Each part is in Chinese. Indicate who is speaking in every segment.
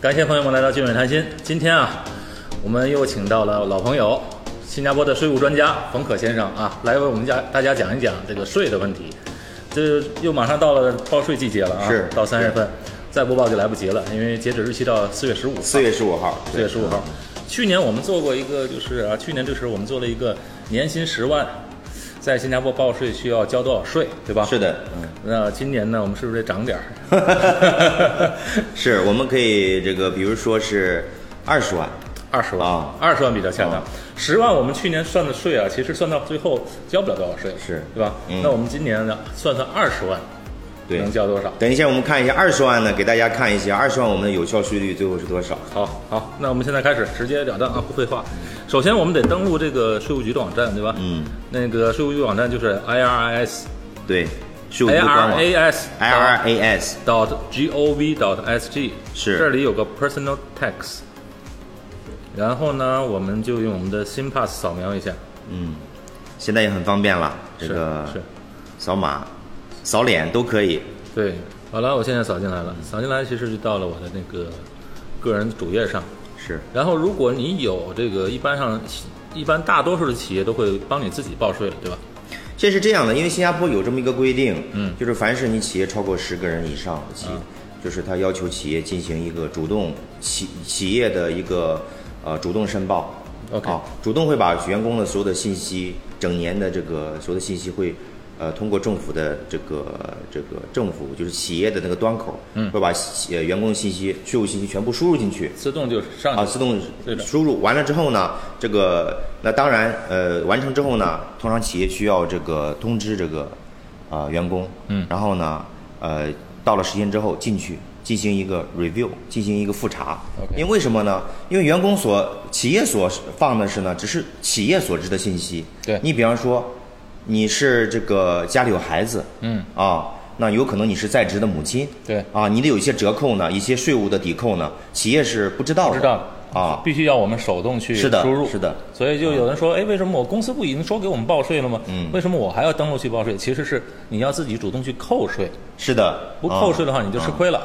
Speaker 1: 感谢朋友们来到聚美谈心。今天啊，我们又请到了老朋友，新加坡的税务专家冯可先生啊，来为我们家大家讲一讲这个税的问题。这又马上到了报税季节了啊，
Speaker 2: 是
Speaker 1: 到三月份，再不报就来不及了，因为截止日期到四月十五。
Speaker 2: 四月十五号，
Speaker 1: 四月十五号。去年我们做过一个，就是啊，去年这时候我们做了一个年薪十万，在新加坡报税需要交多少税，对吧？
Speaker 2: 是。的，嗯，
Speaker 1: 那今年呢，我们是不是得涨点儿？
Speaker 2: 是我们可以这个，比如说是二十万，
Speaker 1: 二十万
Speaker 2: 啊，
Speaker 1: 二十万比较恰当
Speaker 2: 啊。
Speaker 1: 十万我们去年算的税啊，其实算到最后交不了多少税，
Speaker 2: 是
Speaker 1: 对吧？
Speaker 2: 嗯
Speaker 1: 那我们今年呢，算算二十万
Speaker 2: 对
Speaker 1: 能。交多少？
Speaker 2: 等一下，我们看一下二十万呢，给大家看一下二十万我们的有效税率最后是多少？
Speaker 1: 好好，那我们现在开始，直截了当啊，不废话。首先我们得登录这个税务局的网站，对吧？
Speaker 2: 嗯，
Speaker 1: 那个税务局网站就是 IRIS
Speaker 2: 对，税务
Speaker 1: A
Speaker 2: 局官
Speaker 1: R
Speaker 2: 网
Speaker 1: A S
Speaker 2: ，IRAS，
Speaker 1: dot g o v dot s g
Speaker 2: 是
Speaker 1: 这里有个 personal tax，然后呢，我们就用我们的 SIMPASS 扫描一下，
Speaker 2: 嗯，现在也很方便了，这
Speaker 1: 是
Speaker 2: 个
Speaker 1: 是，
Speaker 2: 扫码、扫脸都可以。
Speaker 1: 对，好了，我现在扫进来了，扫进来其实就到了我的那个个人主页上，
Speaker 2: 是，
Speaker 1: 然后如果你有这个，一般上一般大多数的企业都会帮你自己报税了，对吧？
Speaker 2: 这是这样的，因为新加坡有这么一个规定，
Speaker 1: 嗯
Speaker 2: 就是凡是你企业超过十个人以上的企业，就是他要求企业进行一个主动企企业的一个呃主动申报
Speaker 1: OK
Speaker 2: 啊主动会把员工的所有的信息，整年的这个所有的信息会。呃，通过政府的这个这个政府就是企业的那个端口，
Speaker 1: 嗯
Speaker 2: 会把企呃员工的信息、税务信息全部输入进去，
Speaker 1: 自动就上去
Speaker 2: 啊，自动
Speaker 1: 对的
Speaker 2: 输入完了之后呢，这个那当然呃完成之后呢，通常企业需要这个通知这个啊、呃员工，
Speaker 1: 嗯
Speaker 2: 然后呢呃到了时间之后进去进行一个 review，进行一个复查
Speaker 1: OK
Speaker 2: 因为为什么呢？因为员工所企业所放的是呢，只是企业所知的信息，
Speaker 1: 对
Speaker 2: 你比方说你是这个家里有孩子，
Speaker 1: 嗯
Speaker 2: 啊，那有可能你是在职的母亲，
Speaker 1: 对
Speaker 2: 啊，你的有一些折扣呢，一些税务的抵扣呢，企业是不知道的，
Speaker 1: 不知道
Speaker 2: 啊，
Speaker 1: 必须要我们手动去
Speaker 2: 是的
Speaker 1: 输入，
Speaker 2: 是的。
Speaker 1: 所以就有人说，哎，为什么我公司不已经说给我们报税了吗？
Speaker 2: 嗯
Speaker 1: 为什么我还要登录去报税？其实是你要自己主动去扣税，
Speaker 2: 是的，
Speaker 1: 不扣
Speaker 2: 啊
Speaker 1: 税的话你就吃亏了。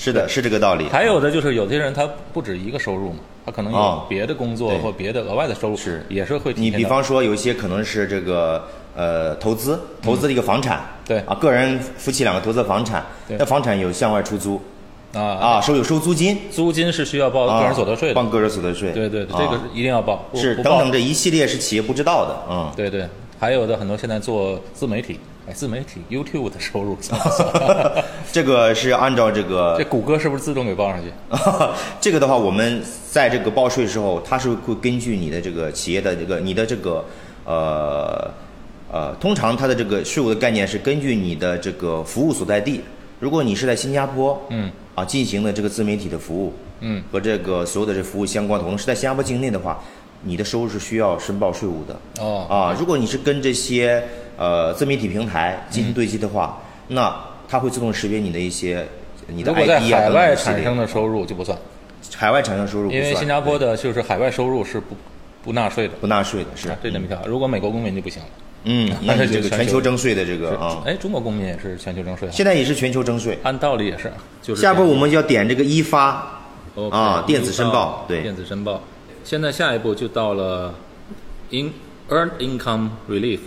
Speaker 2: 是的，是这个道理，
Speaker 1: 还有的就是有些人他不止一个收入嘛，他可能有
Speaker 2: 哦
Speaker 1: 别的工作
Speaker 2: 对
Speaker 1: 或别的额外的收入，
Speaker 2: 是
Speaker 1: 也是会体
Speaker 2: 你
Speaker 1: 现
Speaker 2: 比
Speaker 1: 到
Speaker 2: 方说有一些可能是这个呃投资，投资的一个房产，
Speaker 1: 嗯对
Speaker 2: 啊，个人夫妻两个投资房产，
Speaker 1: 对
Speaker 2: 那房产有向外出租
Speaker 1: 啊，
Speaker 2: 啊，收有收租金，
Speaker 1: 租金是需要报
Speaker 2: 啊
Speaker 1: 个人所得税的，
Speaker 2: 报个人所得税，
Speaker 1: 对对，对这
Speaker 2: 啊
Speaker 1: 个一定要报，不
Speaker 2: 是
Speaker 1: 不
Speaker 2: 等
Speaker 1: 报
Speaker 2: 等这一系列是企业不知道的，嗯，
Speaker 1: 对对，还有的很多现在做自媒体，哎，自媒体 YouTube 的 收入怎么算？
Speaker 2: 这个是按照这个
Speaker 1: 这谷歌是不是自动给报上去？
Speaker 2: 这个的话，我们在这个报税时候，它是会根据你的这个企业的这个你的这个呃呃，通常它的这个税务的概念是根据你的这个服务所在地。如果你是在新加坡，
Speaker 1: 嗯，
Speaker 2: 啊进行的这个自媒体的服务，
Speaker 1: 嗯，
Speaker 2: 和这个所有的这服务相关的活动是在新加坡境内的话，你的收入是需要申报税务的。
Speaker 1: 哦
Speaker 2: 啊，如果你是跟这些呃自媒体平台进行对接的话，那它会自动识别你的一些你的
Speaker 1: 嗯如果在
Speaker 2: ID 啊
Speaker 1: 海
Speaker 2: 等等
Speaker 1: 外
Speaker 2: 一系
Speaker 1: 产
Speaker 2: 列
Speaker 1: 生的收入就不算，
Speaker 2: 海外产生收入不
Speaker 1: 因
Speaker 2: 算，
Speaker 1: 为新加坡的就是海外收入是不不纳税的，
Speaker 2: 不纳税的是，
Speaker 1: 这点没想。如果美国公民就不行了。
Speaker 2: 嗯，那
Speaker 1: 那
Speaker 2: 你
Speaker 1: 就
Speaker 2: 这个
Speaker 1: 啊全
Speaker 2: 全
Speaker 1: 球
Speaker 2: 球征税的这个啊，
Speaker 1: 是哎，中国公民也是全球征税啊，
Speaker 2: 现在也是全球征税。
Speaker 1: 按道理也是。就是
Speaker 2: 下边我们要点这个一发，
Speaker 1: 这样
Speaker 2: 啊
Speaker 1: OK，
Speaker 2: 电子申报
Speaker 1: 到
Speaker 2: 对
Speaker 1: 电子申报。现在下一步就到了 in earned income relief。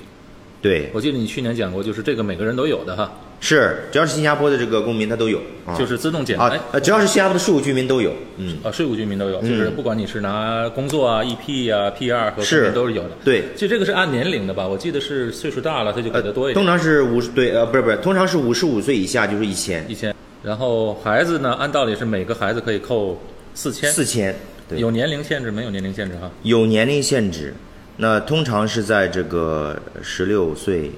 Speaker 2: 对，
Speaker 1: 我记得你去年讲过，就是这个每个人都有的哈，
Speaker 2: 是只要是新加坡的这个公民他都有，啊
Speaker 1: 就是自动减
Speaker 2: 啊
Speaker 1: 哎，
Speaker 2: 呃只要是新加坡的税务居民都有，嗯，
Speaker 1: 啊，税务居民都有，就是不管你是拿工作啊、EP 啊、PR 和公民
Speaker 2: 是
Speaker 1: 都是有的。
Speaker 2: 对
Speaker 1: 其实这个是按年龄的吧？我记得是岁数大了他就给
Speaker 2: 呃
Speaker 1: 的多一点
Speaker 2: 通。常是五十对呃不是不是，通常是五十五岁以下就是一千
Speaker 1: 一千，然后孩子呢，按道理是每个孩子可以扣四千，
Speaker 2: 四千，对，
Speaker 1: 有年龄限制没有年龄限制哈？
Speaker 2: 有年龄限制，那通常是在这个十六岁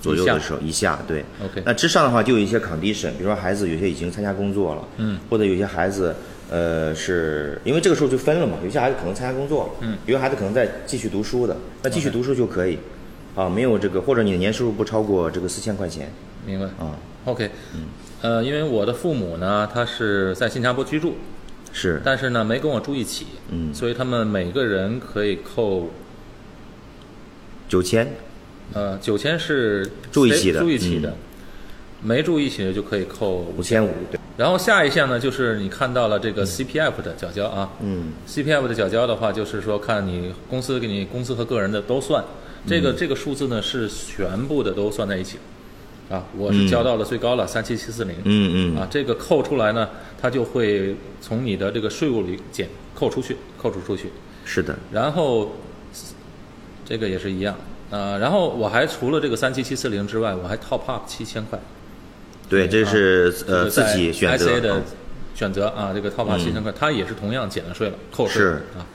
Speaker 2: 左右
Speaker 1: 以
Speaker 2: 的
Speaker 1: 下
Speaker 2: 时候以下，对。
Speaker 1: OK
Speaker 2: 那之上的话就有一些 condition，比如说孩子有些已经参加工作了，
Speaker 1: 嗯，
Speaker 2: 或者有些孩子，呃，是因为这个时候就分了嘛，有些孩子可能参加工作了，
Speaker 1: 嗯，
Speaker 2: 有些孩子可能在继续读书的，那继续读书就可以，啊，没有这个或者你的年收入不超过这个四千块钱，
Speaker 1: 明白
Speaker 2: 啊，
Speaker 1: ？OK，嗯，呃，因为我的父母呢，他是在新加坡居住，
Speaker 2: 是，
Speaker 1: 但是呢没跟我住一起，
Speaker 2: 嗯
Speaker 1: 所以他们每个人可以扣，
Speaker 2: 九千，
Speaker 1: 呃，九千是
Speaker 2: 住一起的
Speaker 1: 住一起
Speaker 2: 嗯
Speaker 1: 的，没住一起的就可以扣
Speaker 2: 五千五，对，
Speaker 1: 然后下一项呢，就是你看到了这个 CPF 的缴交啊，
Speaker 2: 嗯
Speaker 1: CPF 的缴交的话，就是说看你公司给你公司和个人的都算，这
Speaker 2: 嗯
Speaker 1: 个、这个数字呢是全部的都算在一起，啊，我是交到了最高了三七七四零，
Speaker 2: 嗯嗯
Speaker 1: 啊，这个扣出来呢，它就会从你的这个税务里减扣出去，扣除出去，
Speaker 2: 是的，
Speaker 1: 然后这个也是一样啊、然后我还除了这个三七七四零之外，我还 top up 七千块，
Speaker 2: 对，这是呃
Speaker 1: 这
Speaker 2: 自
Speaker 1: 个啊在
Speaker 2: 己选择
Speaker 1: ICA 的
Speaker 2: 嗯
Speaker 1: 选择啊，这个套法七千块，它也是同样减了税了，扣税
Speaker 2: 是
Speaker 1: 啊。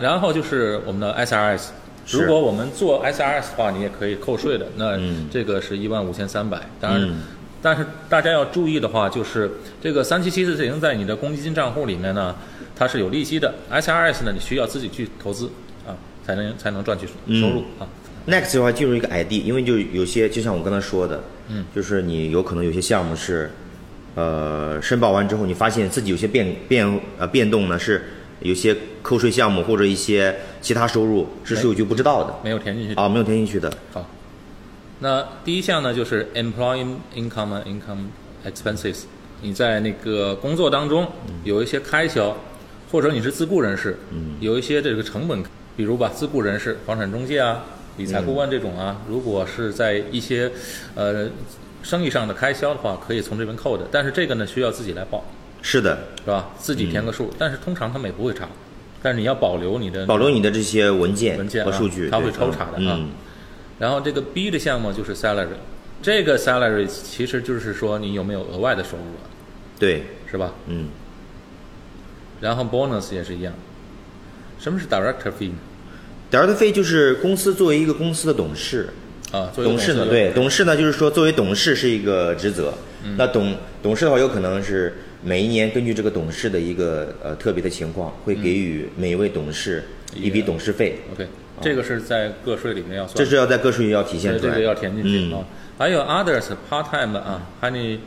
Speaker 1: 然后就是我们的 SRS，
Speaker 2: 是
Speaker 1: 如果我们做 SRS 的话，你也可以扣税的。那
Speaker 2: 嗯
Speaker 1: 这个是一万五千三百，当然。
Speaker 2: 嗯
Speaker 1: 但是大家要注意的话，就是这个三七七四零在你的公积金账户里面呢，它是有利息的。SRS 呢，你需要自己去投资啊，才能才能赚取收入、
Speaker 2: 嗯
Speaker 1: 啊。
Speaker 2: Next 的话进入一个 ID，因为就有些就像我刚才说的，嗯，就是你有可能有些项目是，呃，申报完之后你发现自己有些变变呃变动呢，是有些扣税项目或者一些其他收入是税务局不知道的
Speaker 1: 没有填进去
Speaker 2: 啊，没有填进去的，
Speaker 1: 好，那第一项呢就是 employment income and income expenses。你在那个工作当中
Speaker 2: 嗯
Speaker 1: 有一些开销，或者你是自雇人士，
Speaker 2: 嗯
Speaker 1: 有一些这个成本，比如吧，自雇人士、房产中介啊、理财顾问这种啊，
Speaker 2: 嗯
Speaker 1: 如果是在一些呃生意上的开销的话，可以从这边扣的。但是这个呢，需要自己来报，
Speaker 2: 是的，
Speaker 1: 是吧？自己
Speaker 2: 嗯
Speaker 1: 填个数，但是通常他们也不会查，但是你要保留你的
Speaker 2: 保留你的这些文件
Speaker 1: 文件啊
Speaker 2: 和数据，
Speaker 1: 他会
Speaker 2: 对
Speaker 1: 抽查的啊
Speaker 2: 嗯，
Speaker 1: 然后这个 B 的项目就是 salary，这个 salary 其实就是说你有没有额外的收入了，
Speaker 2: 对，
Speaker 1: 是吧？
Speaker 2: 嗯，
Speaker 1: 然后 bonus 也是一样。什么是 director fee 呢？
Speaker 2: 点儿的费就是公司作为一个公司的董事，
Speaker 1: 啊，作为
Speaker 2: 董事呢，
Speaker 1: 有
Speaker 2: 对，董事呢，就是说作为董事是一个职责。那董董事的话，有可能是每一年根据这个董事的一个呃特别的情况，会给予每一位董事
Speaker 1: 一
Speaker 2: 一笔
Speaker 1: 个
Speaker 2: 董事费，
Speaker 1: OK，这个是在个税里面要算
Speaker 2: 啊这
Speaker 1: 的，
Speaker 2: 是要在个税要体现
Speaker 1: 对
Speaker 2: 出
Speaker 1: 这
Speaker 2: 来
Speaker 1: 个
Speaker 2: 的。
Speaker 1: 要填进去
Speaker 2: 嗯
Speaker 1: 啊。还有 others part time 啊，还有你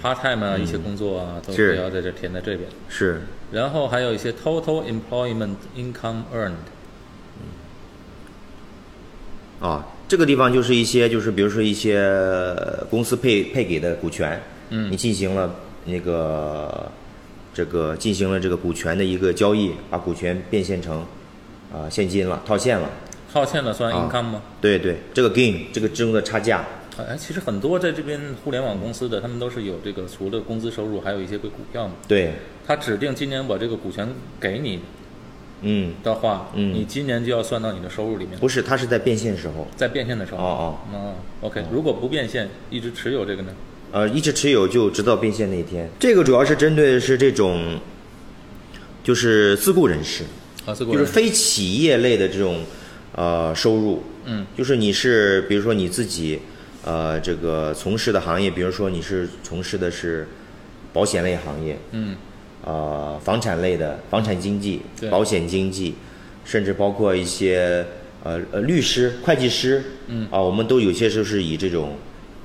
Speaker 1: part time 啊，一些工作啊，都
Speaker 2: 嗯是
Speaker 1: 是要在这填在这边。
Speaker 2: 是
Speaker 1: 然后还有一些 total employment income earned，
Speaker 2: 啊，这个地方就是一些就是比如说一些呃公司配配给的股权，嗯，你进行了那个这个进行了这个股权的一个交易，把股权变现成啊、现金了，套现了。
Speaker 1: 套现了算
Speaker 2: 啊
Speaker 1: income 吗？
Speaker 2: 对对，这个 gain 这个之中的差价，
Speaker 1: 哎，其实很多在这边互联网公司的，他们都是有这个除了工资收入，还有一些归股票嘛。
Speaker 2: 对，
Speaker 1: 他指定今年把这个股权给你
Speaker 2: 嗯，
Speaker 1: 的话，
Speaker 2: 嗯
Speaker 1: 你今年就要算到你的收入里面，
Speaker 2: 不是，它是在变现时候，
Speaker 1: 在变现的时候。
Speaker 2: 哦
Speaker 1: 哦，OK，如果不变现，一直持有这个呢？
Speaker 2: 呃，一直持有就直到变现那一天。这个主要是针对的是这种，就是自雇人士，
Speaker 1: 啊，这个
Speaker 2: 就是非企业类的这种呃收入，
Speaker 1: 嗯，
Speaker 2: 就是你是比如说你自己呃这个从事的行业，比如说你是从事的是保险类行业，
Speaker 1: 嗯
Speaker 2: 呃房产类的房产经济
Speaker 1: 对、
Speaker 2: 保险经济，甚至包括一些呃呃律师、会计师，嗯啊，我们都有些时候是以这种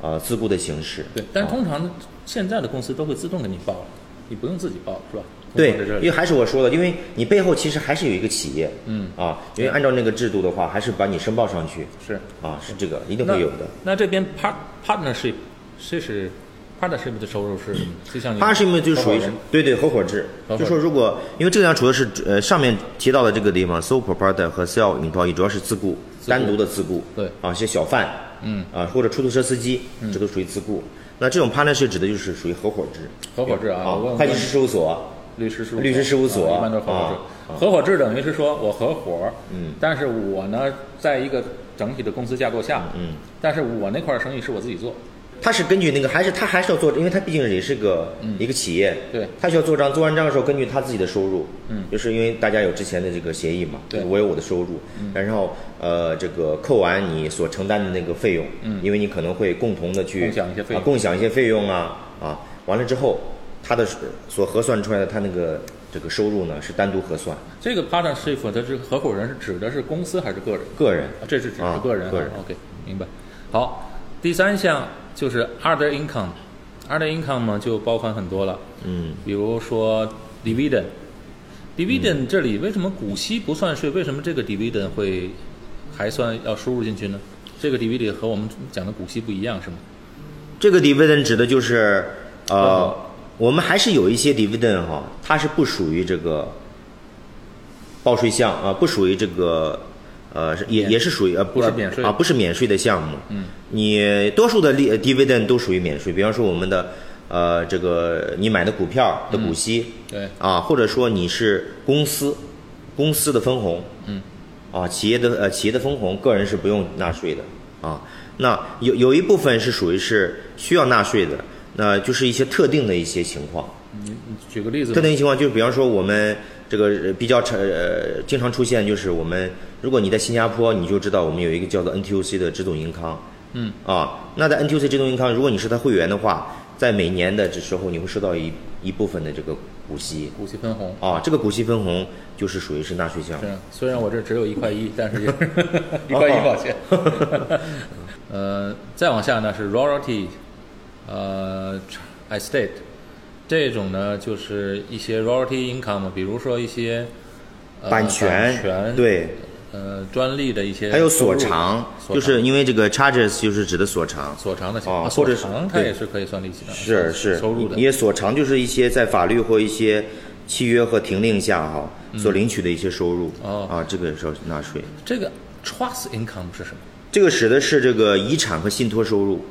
Speaker 2: 呃自雇的形式，
Speaker 1: 对，但是
Speaker 2: 啊
Speaker 1: 通常现在的公司都会自动给你报了，你不用自己报是吧？
Speaker 2: 对
Speaker 1: 通过在这，
Speaker 2: 因
Speaker 1: 里
Speaker 2: 为还是我说的，因为你背后其实还是有一个企业，
Speaker 1: 嗯
Speaker 2: 啊，因为按照那个制度的话，还是把你申报上去
Speaker 1: 是
Speaker 2: 啊，是这个一定会有的。
Speaker 1: 那。那这边 part partnership 这是 partnership 的收入是
Speaker 2: 嗯
Speaker 1: 就像你
Speaker 2: 八十米就是属
Speaker 1: 合
Speaker 2: 于
Speaker 1: 伙
Speaker 2: 是
Speaker 1: 人
Speaker 2: 对对合伙制
Speaker 1: 合伙，制
Speaker 2: 就说如果因为这个地方除的是呃上面提到的这个地方，sole proprietor 和 sole employee 主要是自雇，
Speaker 1: 自雇
Speaker 2: 单独的自雇，
Speaker 1: 对
Speaker 2: 啊，一些小贩，
Speaker 1: 嗯
Speaker 2: 啊或者出租车司机，这都属于自雇。那这种 partnership 指的就是属于合伙制
Speaker 1: 合伙制啊，我问
Speaker 2: 哦会计师事务所，
Speaker 1: 律师事务
Speaker 2: 律师事务所
Speaker 1: 啊一般都是合伙制
Speaker 2: 啊。啊
Speaker 1: 合伙制等于是说我合伙，嗯，但是我呢，在一个整体的公司架构下，嗯，但是我那块生意是我自己做，
Speaker 2: 他是根据那个，还是他还是要做，因为他毕竟也是个、一个企业，
Speaker 1: 嗯对
Speaker 2: 他需要做账，做完账的时候根据他自己的收入，嗯，就是因为大家有之前的这个协议嘛，
Speaker 1: 对嗯
Speaker 2: 就是我有我的收入，然后呃，这个扣完你所承担的那个费用，嗯，因为你可能会共同的去
Speaker 1: 共享一些费用
Speaker 2: 啊共享一些费用啊啊，完了之后，他的所核算出来的他那个这个收入呢是单独核算，
Speaker 1: 这个 partnership 它是合伙人是指的是公司还是个人？
Speaker 2: 个人
Speaker 1: 啊，这是指的
Speaker 2: 啊
Speaker 1: 个人啊。
Speaker 2: 个人
Speaker 1: OK，明白。好，第三项就是 other income。other income 呢就包含很多了，
Speaker 2: 嗯，
Speaker 1: 比如说 dividend。dividend
Speaker 2: 嗯
Speaker 1: 这里为什么股息不算税？为什么这个 dividend 会还算要输入进去呢？这个 dividend 和我们讲的股息不一样是吗？嗯
Speaker 2: 这个 dividend 指的就是呃我们还是有一些 dividend 哈，它是不属于这个报税项啊、呃不属于这个呃，是也
Speaker 1: 免
Speaker 2: 也是属于呃
Speaker 1: 不是免税
Speaker 2: 啊，不是免税的项目。嗯，你多数的利呃 dividend 都属于免税，比方说我们的呃这个你买的股票的股息，
Speaker 1: 对，
Speaker 2: 啊，或者说你是公司公司的分红，
Speaker 1: 嗯，
Speaker 2: 啊，企业的呃企业的分红，个人是不用纳税的啊。那有有一部分是属于是需要纳税的，那就是一些特定的一些情况，
Speaker 1: 你你举个例子吧
Speaker 2: 特，定情况就是比方说我们这个呃比较常呃经常出现就是我们如果你在新加坡，你就知道我们有一个叫做 NTUC 的直总银行，
Speaker 1: 嗯
Speaker 2: 啊，那在 NTUC 直通银行，如果你是它会员的话，在每年的这时候你会收到一一部分的这个股息，
Speaker 1: 股息分红。
Speaker 2: 啊，这个股息分红就是属于是纳税项
Speaker 1: 是，虽然我这只有一块 一，但是也一块一毛钱。
Speaker 2: 哦
Speaker 1: 呃，再往下呢是 royalty，呃，estate 这种呢就是一些 royalty income，比如说一些、呃、
Speaker 2: 版
Speaker 1: 权、
Speaker 2: 权，对，
Speaker 1: 呃，专利的一些收入，
Speaker 2: 还有所偿，
Speaker 1: 所
Speaker 2: 就是因为这个 charges 就是指的所偿，
Speaker 1: 所偿的情
Speaker 2: 哦
Speaker 1: 况，啊
Speaker 2: 或者是
Speaker 1: 所偿它
Speaker 2: 对
Speaker 1: 也是可以算利息的，
Speaker 2: 是是
Speaker 1: 收入的
Speaker 2: 因。为所偿就是一些在法律或一些契约和停令下哈所领取的一些收入，
Speaker 1: 嗯哦
Speaker 2: 啊，这个时候纳税，
Speaker 1: 这个 trust income 是什么？
Speaker 2: 这个使的是这个遗产和信托收入，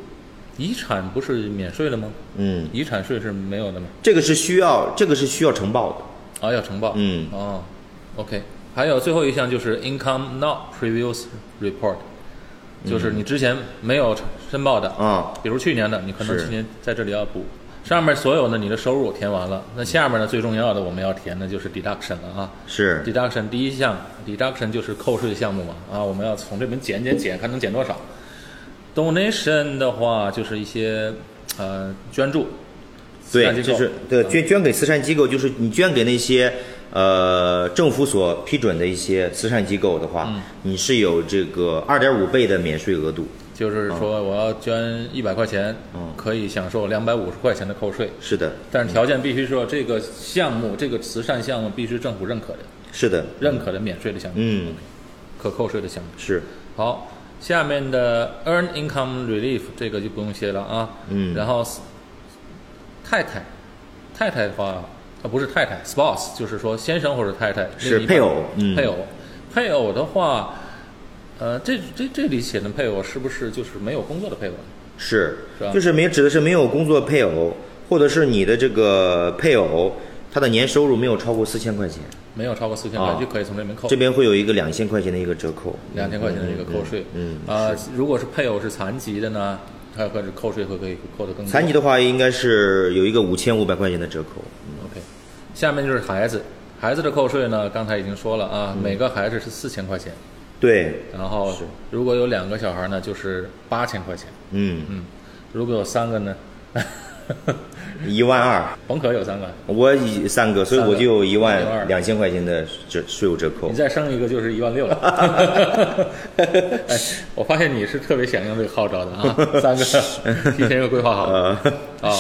Speaker 1: 遗产不是免税的吗？
Speaker 2: 嗯，
Speaker 1: 遗产税是没有的吗？
Speaker 2: 这个是需要这个是需要呈报的，
Speaker 1: 啊，要呈报。
Speaker 2: 嗯
Speaker 1: 哦，OK。还有最后一项就是 income not previous report，就是你之前没有申报的，
Speaker 2: 嗯啊，
Speaker 1: 比如去年的，你可能
Speaker 2: 是
Speaker 1: 去年在这里要补。上面所有的你的收入填完了，那下面呢最重要的我们要填的就是 deduction 了啊。
Speaker 2: 是
Speaker 1: deduction 第一项 deduction 就是扣税项目嘛，啊，我们要从这边减减减，看能减多少。donation 的话就是一些呃捐助，慈善
Speaker 2: 对，
Speaker 1: 机构嗯
Speaker 2: 就是对捐捐给慈善机构，就是你捐给那些呃政府所批准的一些慈善机构的话，
Speaker 1: 嗯
Speaker 2: 你是有这个二点五倍的免税额度。
Speaker 1: 就是说我要捐一百块钱，
Speaker 2: 嗯
Speaker 1: 可以享受两百五十块钱的扣税，
Speaker 2: 是的，
Speaker 1: 但是条件必须说这个项目这个慈善项目必须政府认可的，
Speaker 2: 是的，
Speaker 1: 认可的免税的项目，
Speaker 2: 嗯，
Speaker 1: 可扣税的项目。
Speaker 2: 是
Speaker 1: 好，下面的 earn income relief 这个就不用写了啊。
Speaker 2: 嗯
Speaker 1: 然后 s- 太太，太太的话，啊不是太太，spouse 就是说先生或者太太另
Speaker 2: 是
Speaker 1: 一半
Speaker 2: 配偶嗯
Speaker 1: 配偶，配偶的话，呃，这这这里写的配偶是不是就是没有工作的配偶？
Speaker 2: 是
Speaker 1: 是吧，
Speaker 2: 就是没指的是没有工作配偶，或者是你的这个配偶他的年收入没有超过四千块钱，
Speaker 1: 没有超过四千块
Speaker 2: 啊
Speaker 1: 就可以从这边扣
Speaker 2: 这边会有一个两千块钱的一个折扣。
Speaker 1: 两千块钱的这个扣税。
Speaker 2: 嗯
Speaker 1: 啊、如果是配偶是残疾的呢，他可是扣税会可以扣的更多。
Speaker 2: 残疾的话，应该是有一个五千五百块钱的折扣。
Speaker 1: OK，下面就是孩子，孩子的扣税呢，刚才已经说了啊，每个孩子是四千块钱，
Speaker 2: 对，
Speaker 1: 然后
Speaker 2: 嗯是
Speaker 1: 如果有两个小孩呢，就是八千块钱，
Speaker 2: 嗯，
Speaker 1: 如果有三个呢，
Speaker 2: 一万二。
Speaker 1: 冯可有三个，
Speaker 2: 我以三个，所以我就有一万
Speaker 1: 三个
Speaker 2: 两千块钱的折税务折扣
Speaker 1: 你。再生一个就是一万 六了。哎，我发现你是特别响应这个号召的啊，三个提前就规划好了
Speaker 2: 呃，
Speaker 1: 啊、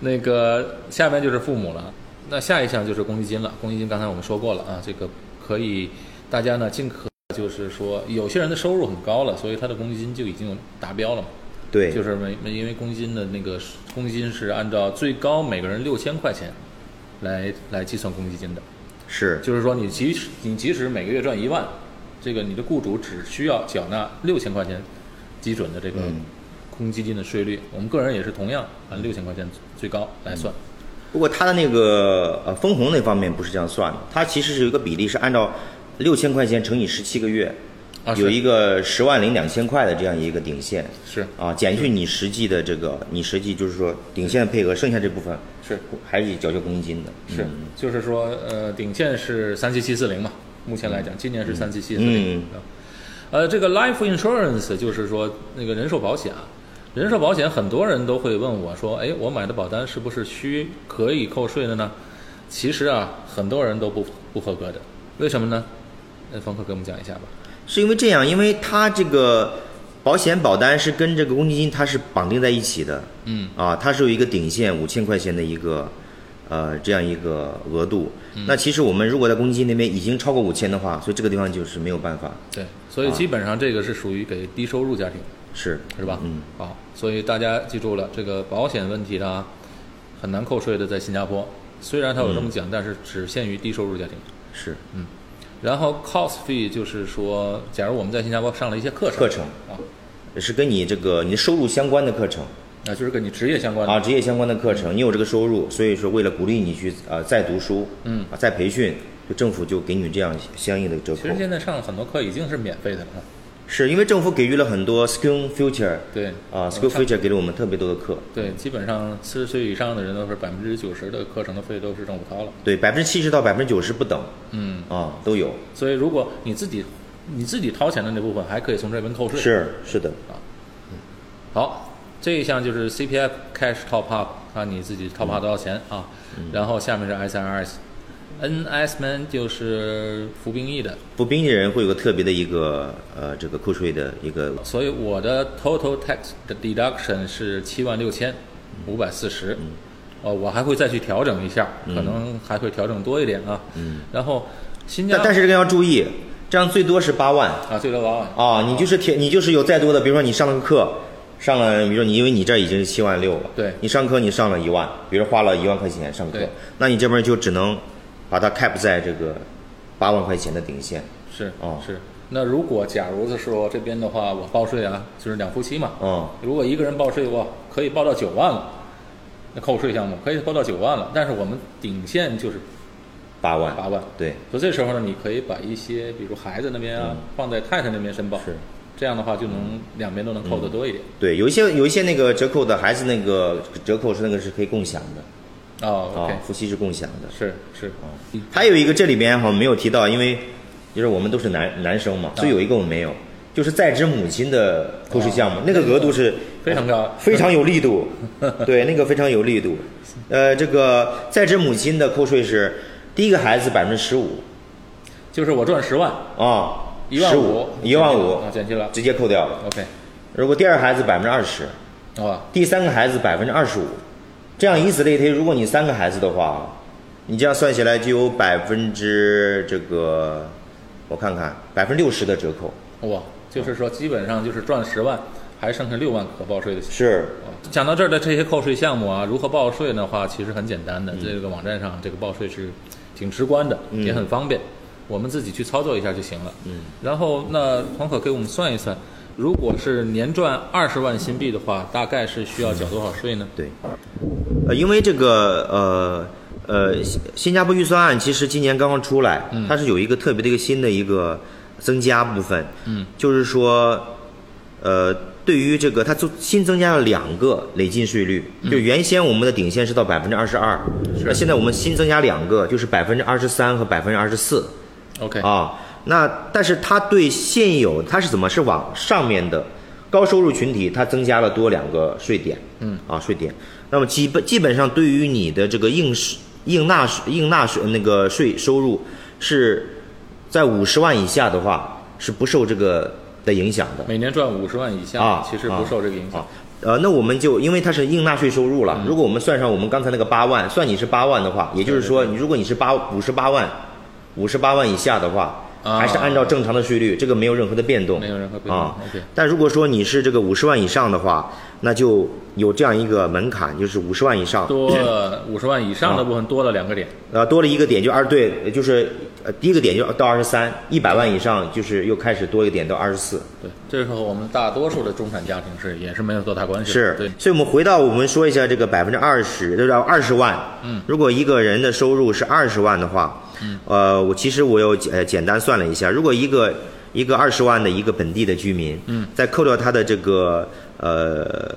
Speaker 1: 那个下面就是父母了，那下一项就是公积金了，公积金刚才我们说过了啊，这个可以大家呢尽可。就是说，有些人的收入很高了，所以他的公积金就已经达标了嘛。
Speaker 2: 对，
Speaker 1: 就是每每因为公积金的那个是公积金是按照最高每个人六千块钱来来计算公积金的，
Speaker 2: 是
Speaker 1: 就是说你即使你即使每个月赚一万，这个你的雇主只需要缴纳六千块钱基准的这个
Speaker 2: 嗯
Speaker 1: 公积金的税率，我们个人也是同样按六千块钱最高来算。
Speaker 2: 不过他的那个呃分红那方面不是这样算的，他其实是有一个比例是按照六千块钱乘以十七个月，
Speaker 1: 啊是
Speaker 2: 有一个十万零两千块的这样一个顶线
Speaker 1: 是
Speaker 2: 啊，减去你实际的这个，你实际就是说顶线配额，剩下这部分
Speaker 1: 是
Speaker 2: 还是缴交公积金的。嗯
Speaker 1: 是，就是说，呃，顶线是三七七四零嘛，目前来讲，今年是三七七四零
Speaker 2: 嗯。
Speaker 1: 呃，这个 life insurance 就是说那个人寿保险啊，人寿保险很多人都会问我说，哎，我买的保单是不是需可以扣税的呢？其实啊，很多人都不不合格的，为什么呢？呃，冯克给我们讲一下吧。
Speaker 2: 是因为这样，因为它这个保险保单是跟这个公积金它是绑定在一起的，
Speaker 1: 嗯，
Speaker 2: 啊，它是有一个顶线五千块钱的一个呃这样一个额度。
Speaker 1: 嗯
Speaker 2: 那其实我们如果在公积金那边已经超过五千的话，所以这个地方就是没有办法，
Speaker 1: 对，所以基本上这个是属于给低收入家庭。
Speaker 2: 是
Speaker 1: 是吧？
Speaker 2: 嗯，
Speaker 1: 好，所以大家记住了，这个保险问题呢，很难扣税的，在新加坡。虽然它有这
Speaker 2: 嗯
Speaker 1: 么讲，但是只限于低收入家庭。
Speaker 2: 是
Speaker 1: 然后 cost fee 就是说，假如我们在新加坡上了一些课程，
Speaker 2: 课程
Speaker 1: 啊，
Speaker 2: 是跟你这个你的收入相关的课程
Speaker 1: 那就是跟你职业相关的。
Speaker 2: 啊，职业相关的课程，你有这个收入，所以说为了鼓励你去呃再读书，
Speaker 1: 嗯
Speaker 2: 啊再培训，就政府就给予这样相应的折扣
Speaker 1: 其。实现在上很多课已经是免费的了，啊
Speaker 2: 是因为政府给予了很多 skill future
Speaker 1: 对
Speaker 2: 啊 skill
Speaker 1: 嗯
Speaker 2: future 给了我们特别多的课，
Speaker 1: 对，基本上四十岁以上的人都是百分之九十的课程的费都是政府掏了。
Speaker 2: 对百分之七十到百分之九十不等
Speaker 1: 嗯，
Speaker 2: 啊都有。
Speaker 1: 所以如果你自己你自己掏钱的那部分，还可以从这边扣税。
Speaker 2: 是是的，
Speaker 1: 好，这一项就是 CPF cash top up，看你自己 top
Speaker 2: 嗯
Speaker 1: up 多少钱啊。然后下面是 SRS，NSMN 就是服兵役的，
Speaker 2: 服兵役人会有个特别的一个呃这个扣税的一个
Speaker 1: 所以我的 total tax 的 deduction 是七万六千
Speaker 2: 嗯
Speaker 1: 五百四十，呃，我还会再去调整一下，
Speaker 2: 嗯
Speaker 1: 可能还会调整多一点啊。嗯，然后新加
Speaker 2: 但
Speaker 1: 坡
Speaker 2: 但是这个要注意，这样最多是八万
Speaker 1: 啊，最多八万，
Speaker 2: 啊。你就是铁，你就是有再多的，比如说你上了个课，上了，比如说你因为你这已经是七万六了，
Speaker 1: 对
Speaker 2: 你上课你上了一万，比如说花了一万块钱上课
Speaker 1: 对，
Speaker 2: 那你这边就只能把它 cap 在这个八万块钱的顶线。
Speaker 1: 是、
Speaker 2: 哦
Speaker 1: 是。那如果假如是说这边的话，我报税啊，就是两夫妻嘛，
Speaker 2: 嗯，
Speaker 1: 如果一个人报税，哇，可以报到九万了，那扣税项目可以报到九万了，但是我们顶线就是
Speaker 2: 八万，
Speaker 1: 八万，
Speaker 2: 对，
Speaker 1: 所以这时候呢，你可以把一些，比如孩子那边啊，放在太太那边申报，
Speaker 2: 嗯是，嗯
Speaker 1: 这样的话就能两边都能扣得多一点。
Speaker 2: 对，有一些有一些那个折扣的孩子那个折扣是那个是可以共享的
Speaker 1: 哦
Speaker 2: 啊
Speaker 1: ，OK，，
Speaker 2: 夫妻是共享的。
Speaker 1: 是是，嗯
Speaker 2: 还有一个这里边哈没有提到，因为就是我们都是男男生嘛，所以有一个我没有，就是在职母亲的扣税项目，哦那个额度是啊
Speaker 1: 非常高
Speaker 2: 非常有力 度，对，那个非常有力度。呃，这个在职母亲的扣税是第一个孩子百分之十五
Speaker 1: 就是我赚十万，
Speaker 2: 啊，
Speaker 1: 一万
Speaker 2: 十
Speaker 1: 五
Speaker 2: 五，一万五
Speaker 1: 啊，减去了
Speaker 2: 直接扣掉了。
Speaker 1: ，OK，
Speaker 2: 如果第二孩子百分之二十，
Speaker 1: 哦，
Speaker 2: 第三个孩子百分之二十五，这样以此类推，如果你三个孩子的话，你这样算下来就有百分之这个，我看看百分之六十的折扣。
Speaker 1: 哇，就是说基本上就是赚十万，还剩下六万可报税的钱。
Speaker 2: 是，
Speaker 1: 讲到这儿的这些扣税项目啊，如何报税的话，其实很简单的，
Speaker 2: 嗯
Speaker 1: 这个网站上这个报税是挺直观的，也很方便，我们自己去操作一下就行了。嗯，然后那黄可给我们算一算，如果是年赚二十万新币的话，大概是需要缴多少税呢？
Speaker 2: 对，呃，因为这个呃呃新新加坡预算案其实今年刚刚出来，它是有一个特别的一个新的一个增加部分，
Speaker 1: 嗯，
Speaker 2: 就是说，呃，对于这个它增新增加了两个累进税率，就原先我们的顶线是到百分之二十二，那现在我们新增加两个，就是百分之二十三和百分之二十四，
Speaker 1: OK，、
Speaker 2: 啊。那但是它对现有它是怎么是往上面的高收入群体，它增加了多两个税点，嗯啊税点。那么基本基本上对于你的这个应是应纳税应纳税那个税收入是在五十万以下的话是不受这个的影响的。
Speaker 1: 每年赚五十万以下，
Speaker 2: 啊
Speaker 1: 其实不受这个影响。嗯
Speaker 2: 啊。呃，那我们就因为它是应纳税收入了，如果我们算上我们刚才那个八万，算你是八万的话，也就是说，你如果你是八五十八万，五十八万以下的话，
Speaker 1: 啊
Speaker 2: 还是按照正常的税率，这个没有任何的变动，
Speaker 1: 没有任何变动
Speaker 2: 啊。
Speaker 1: OK
Speaker 2: 但如果说你是这个五十万以上的话，那就有这样一个门槛，就是五十万以上，
Speaker 1: 多五十万以上的部分多了两个点，
Speaker 2: 呃，多了一个点就二对，就是呃第一个点就到二十三，一百万以上就是又开始多一个点到二十四，
Speaker 1: 对，这时候我们大多数的中产家庭是也是没有多大关系的，
Speaker 2: 是，
Speaker 1: 对，
Speaker 2: 所以我们回到我们说一下这个百分之二十，就是二十万。嗯，如果一个人的收入是二十万的话，嗯，呃，我其实我有呃简单算了一下，如果一个一个二十万的一个本地的居民，嗯，再扣掉他的这个呃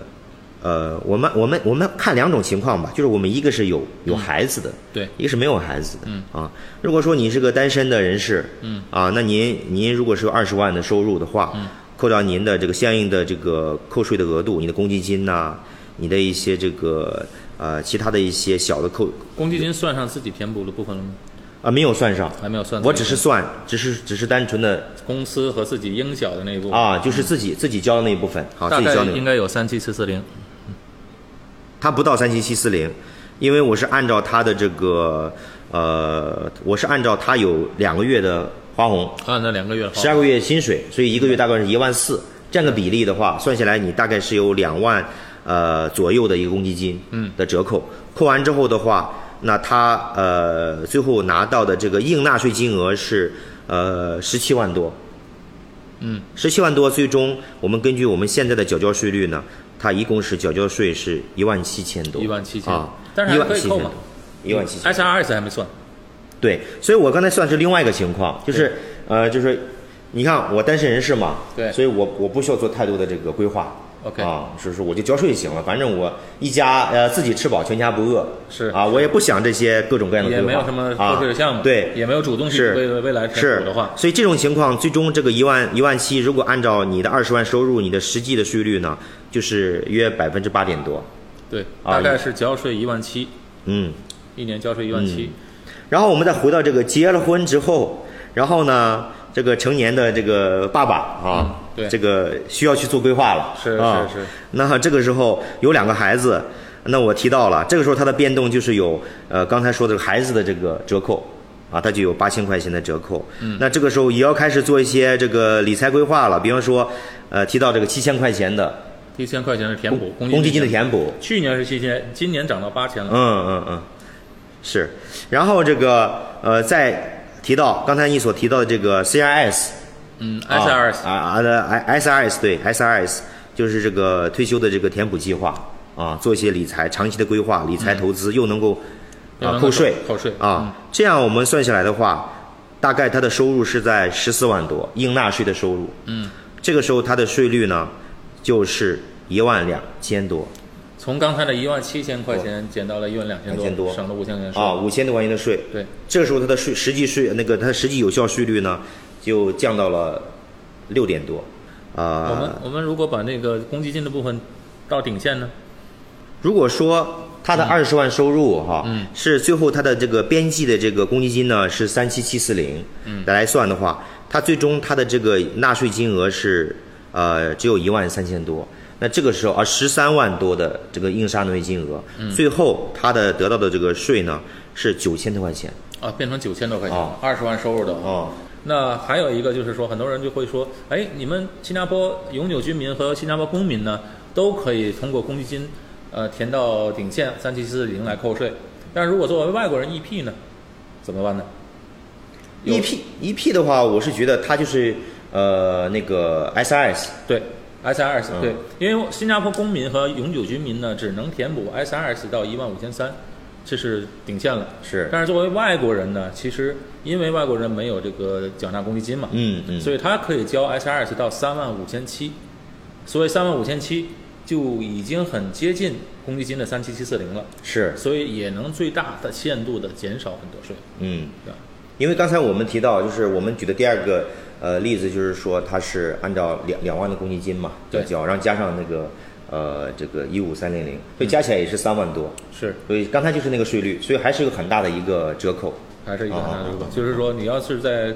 Speaker 2: 呃，我们我们我们看两种情况吧，就是我们一个是有有孩子的，
Speaker 1: 对
Speaker 2: 一个是没有孩子的，嗯啊，如果说你是个单身的人士，嗯啊，那您您如果是有二十万的收入的话，嗯，扣掉您的这个相应的这个扣税的额度，你的公积金呐、你的一些这个呃其他的一些小的扣
Speaker 1: 公积金算上自己填补的部分了吗？
Speaker 2: 啊没有算上，
Speaker 1: 还没有算自己，
Speaker 2: 我只是算，只是只是单纯的
Speaker 1: 公司和自己应缴的那一部分，
Speaker 2: 啊，就是自己自己交的那一部分，啊，
Speaker 1: 大
Speaker 2: 自己
Speaker 1: 概
Speaker 2: 交的那一部
Speaker 1: 应
Speaker 2: 分，
Speaker 1: 该有三七四四零。
Speaker 2: 它不到三七七四零，因为我是按照它的这个呃，我是按照它有两个月的花红。
Speaker 1: 按照啊两个月的话，
Speaker 2: 十二个月薪水，所以一个月大概是一万四，这样的比例的话，算下来你大概是有两万呃左右的一个公积金
Speaker 1: 嗯
Speaker 2: 的折扣，扣完之后的话，那他呃最后拿到的这个应纳税金额是呃十七万多，
Speaker 1: 嗯，
Speaker 2: 十七万多，最终我们根据我们现在的缴交税率呢，它一共是缴交税是一万七千多，
Speaker 1: 一万七千
Speaker 2: 啊，
Speaker 1: 但是还可以扣嘛
Speaker 2: 一万七千，
Speaker 1: ，SRS 还没算，
Speaker 2: 对，所以我刚才算是另外一个情况，就是呃，就是你看我单身人士嘛，
Speaker 1: 对
Speaker 2: 所以我我不需要做太多的这个规划。
Speaker 1: OK
Speaker 2: 啊，就是我就交税就行了，反正我一家呃自己吃饱，全家不饿。
Speaker 1: 是
Speaker 2: 啊，我也不想这些各种各样的规
Speaker 1: 也
Speaker 2: 划，
Speaker 1: 没有什么扣税的项目，
Speaker 2: 啊、对，
Speaker 1: 也没有主动去
Speaker 2: 是
Speaker 1: 为未来填
Speaker 2: 是
Speaker 1: 补的话，
Speaker 2: 所以这种情况，最终这个一万一万七，如果按照你的二十万收入，你的实际的税率呢，就是约百分之八点多。
Speaker 1: 对，
Speaker 2: 啊
Speaker 1: 大概是交税一万七，
Speaker 2: 嗯，
Speaker 1: 一年交税一万七，
Speaker 2: 然后我们再回到这个结了婚之后，然后呢，这个成年的这个爸爸啊，
Speaker 1: 嗯对
Speaker 2: 这个需要去做规划了，
Speaker 1: 是
Speaker 2: 啊、
Speaker 1: 是是。
Speaker 2: 那这个时候有两个孩子，那我提到了，这个时候它的变动就是有呃刚才说的孩子的这个折扣。啊，它就有八千块钱的折扣，嗯，那这个时候也要开始做一些这个理财规划了，比方说，呃，提到这个七千块钱的
Speaker 1: 一千块钱是填补
Speaker 2: 公公积金的
Speaker 1: 补，
Speaker 2: 填补，
Speaker 1: 去年是七千，今年涨到八千了，
Speaker 2: 嗯嗯嗯，是。然后这个呃，再提到刚才你所提到的这个 CRS
Speaker 1: 嗯
Speaker 2: 啊
Speaker 1: ，SRS
Speaker 2: 啊啊的 S SRS 对 SRS 就是这个退休的这个填补计划啊，做一些理财、长期的规划、理财投资，又能够
Speaker 1: 嗯又
Speaker 2: 啊
Speaker 1: 能够
Speaker 2: 扣税
Speaker 1: 扣税嗯
Speaker 2: 啊，这样我们算下来的话，大概他的收入是在十四万多，应纳税的收入。
Speaker 1: 嗯，
Speaker 2: 这个时候他的税率呢，就是一万两千多。
Speaker 1: 从刚才的一万七千块钱减到了一万两千
Speaker 2: 2000多
Speaker 1: 省了五千块钱税，
Speaker 2: 啊，五千多块钱的税，
Speaker 1: 对，
Speaker 2: 这个时候它的税实际税那个它实际有效税率呢，就降到了六点多，啊、
Speaker 1: 我们我们如果把那个公积金的部分到顶线呢，
Speaker 2: 如果说他的二十万收入哈，
Speaker 1: 嗯
Speaker 2: 是最后他的这个边际的这个公积金呢是三七七四零，
Speaker 1: 嗯
Speaker 2: 来算的话，他最终他的这个纳税金额是呃只有一万三千多。那这个时候啊，十三万多的这个应纳税金额，
Speaker 1: 嗯
Speaker 2: 最后他的得到的这个税呢是九千多块钱。
Speaker 1: 啊，变成九千多块钱
Speaker 2: 啊，
Speaker 1: 二十、万收入的
Speaker 2: 哦，
Speaker 1: 那还有一个就是说，很多人就会说，哎，你们新加坡永久居民和新加坡公民呢，都可以通过公积金，呃，填到顶线三七四零来扣税。但如果作为外国人 EP 呢，怎么办呢？有
Speaker 2: EP EP 的话，我是觉得它就是呃那个 SRS
Speaker 1: 对，SRS
Speaker 2: 嗯
Speaker 1: 对，因为新加坡公民和永久居民呢，只能填补 SRS 到一万五千三，这是顶线了。
Speaker 2: 是，
Speaker 1: 但是作为外国人呢，其实因为外国人没有这个缴纳公积金嘛，
Speaker 2: 嗯嗯，
Speaker 1: 所以他可以交 SRS 到三万五千七，所以三万五千七就已经很接近公积金的三七七四零了，
Speaker 2: 是
Speaker 1: 所以也能最大的限度的减少很多税，
Speaker 2: 嗯，
Speaker 1: 对吧？
Speaker 2: 因为刚才我们提到，就是我们举的第二个呃例子，就是说它是按照两两万的公积金嘛
Speaker 1: 对
Speaker 2: 要交，然后加上那个呃这个一五三零零，所以加起来也是三万多，
Speaker 1: 是，
Speaker 2: 所以刚才就是那个税率，所以还是一个很大的一个折扣。
Speaker 1: 还是一个很大的
Speaker 2: 啊
Speaker 1: 这个，就是说你要是在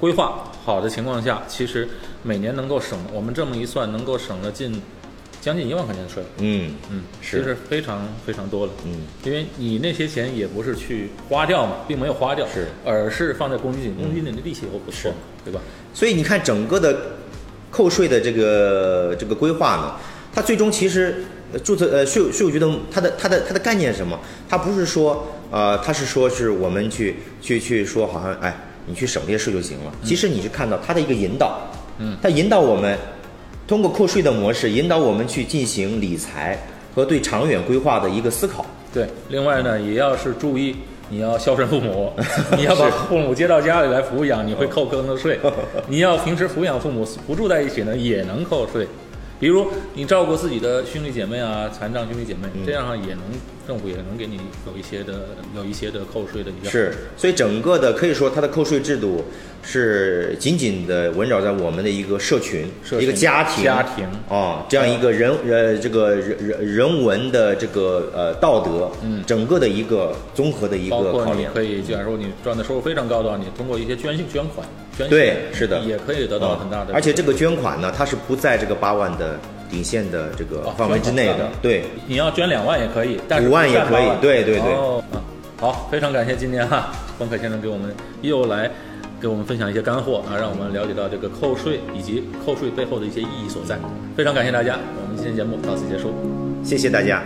Speaker 1: 规划好的情况下，其实每年能够省，我们这么一算，能够省了近将近一万块钱的税，
Speaker 2: 嗯
Speaker 1: 嗯，
Speaker 2: 是
Speaker 1: 其实非常非常多了，
Speaker 2: 嗯，
Speaker 1: 因为你那些钱也不是去花掉嘛，并没有花掉，
Speaker 2: 是
Speaker 1: 而是嗯放在公积金，公积金的利息又不错，对吧？
Speaker 2: 所以你看整个的扣税的这个这个规划呢，它最终其实呃注册呃税务税务局的它的它的它的概念是什么？它不是说呃，它是说是我们去去去说好像哎，你去省这些税就行了。其实你是看到它的一个引导，
Speaker 1: 嗯，
Speaker 2: 它引导我们通过扣税的模式引导我们去进行理财和对长远规划的一个思考。
Speaker 1: 对，另外呢，也要是注意，你要孝顺父 母，你要把父母接到家里来抚养，你会扣更多 税。你要平时抚养父母不住在一起呢，也能扣税。比如你照顾自己的兄弟姐妹啊，残障兄弟姐妹，
Speaker 2: 嗯
Speaker 1: 这样上也能政府也能给你有一些的有一些的扣税的一个
Speaker 2: 是，所以整个的可以说它的扣税制度是紧紧的围绕在我们的一个社群、
Speaker 1: 社群
Speaker 2: 一个家庭、
Speaker 1: 家庭
Speaker 2: 哦这样一个人呃这个人人人文的这个呃道德，
Speaker 1: 嗯
Speaker 2: 整个的一个综合的一
Speaker 1: 包
Speaker 2: 个
Speaker 1: 括
Speaker 2: 考
Speaker 1: 你
Speaker 2: 量。
Speaker 1: 可以，假如你赚的收入非常高的话，你通过一些捐献捐款，捐献
Speaker 2: 对是的
Speaker 1: 也可以得到很大的，
Speaker 2: 啊而且这个捐款呢，它是不在这个八万的底线的这个
Speaker 1: 哦
Speaker 2: 范围之内
Speaker 1: 捐
Speaker 2: 的
Speaker 1: 款，
Speaker 2: 对，
Speaker 1: 你要捐两万也可以，但是
Speaker 2: 五万也
Speaker 1: 不占八
Speaker 2: 可以对对对
Speaker 1: 哦啊好，非常感谢今天哈、 冯凯先生给我们又来给我们分享一些干货啊，让我们了解到这个扣税以及扣税背后的一些意义所在。非常感谢大家，我们今天节目到此结束，
Speaker 2: 谢谢大家。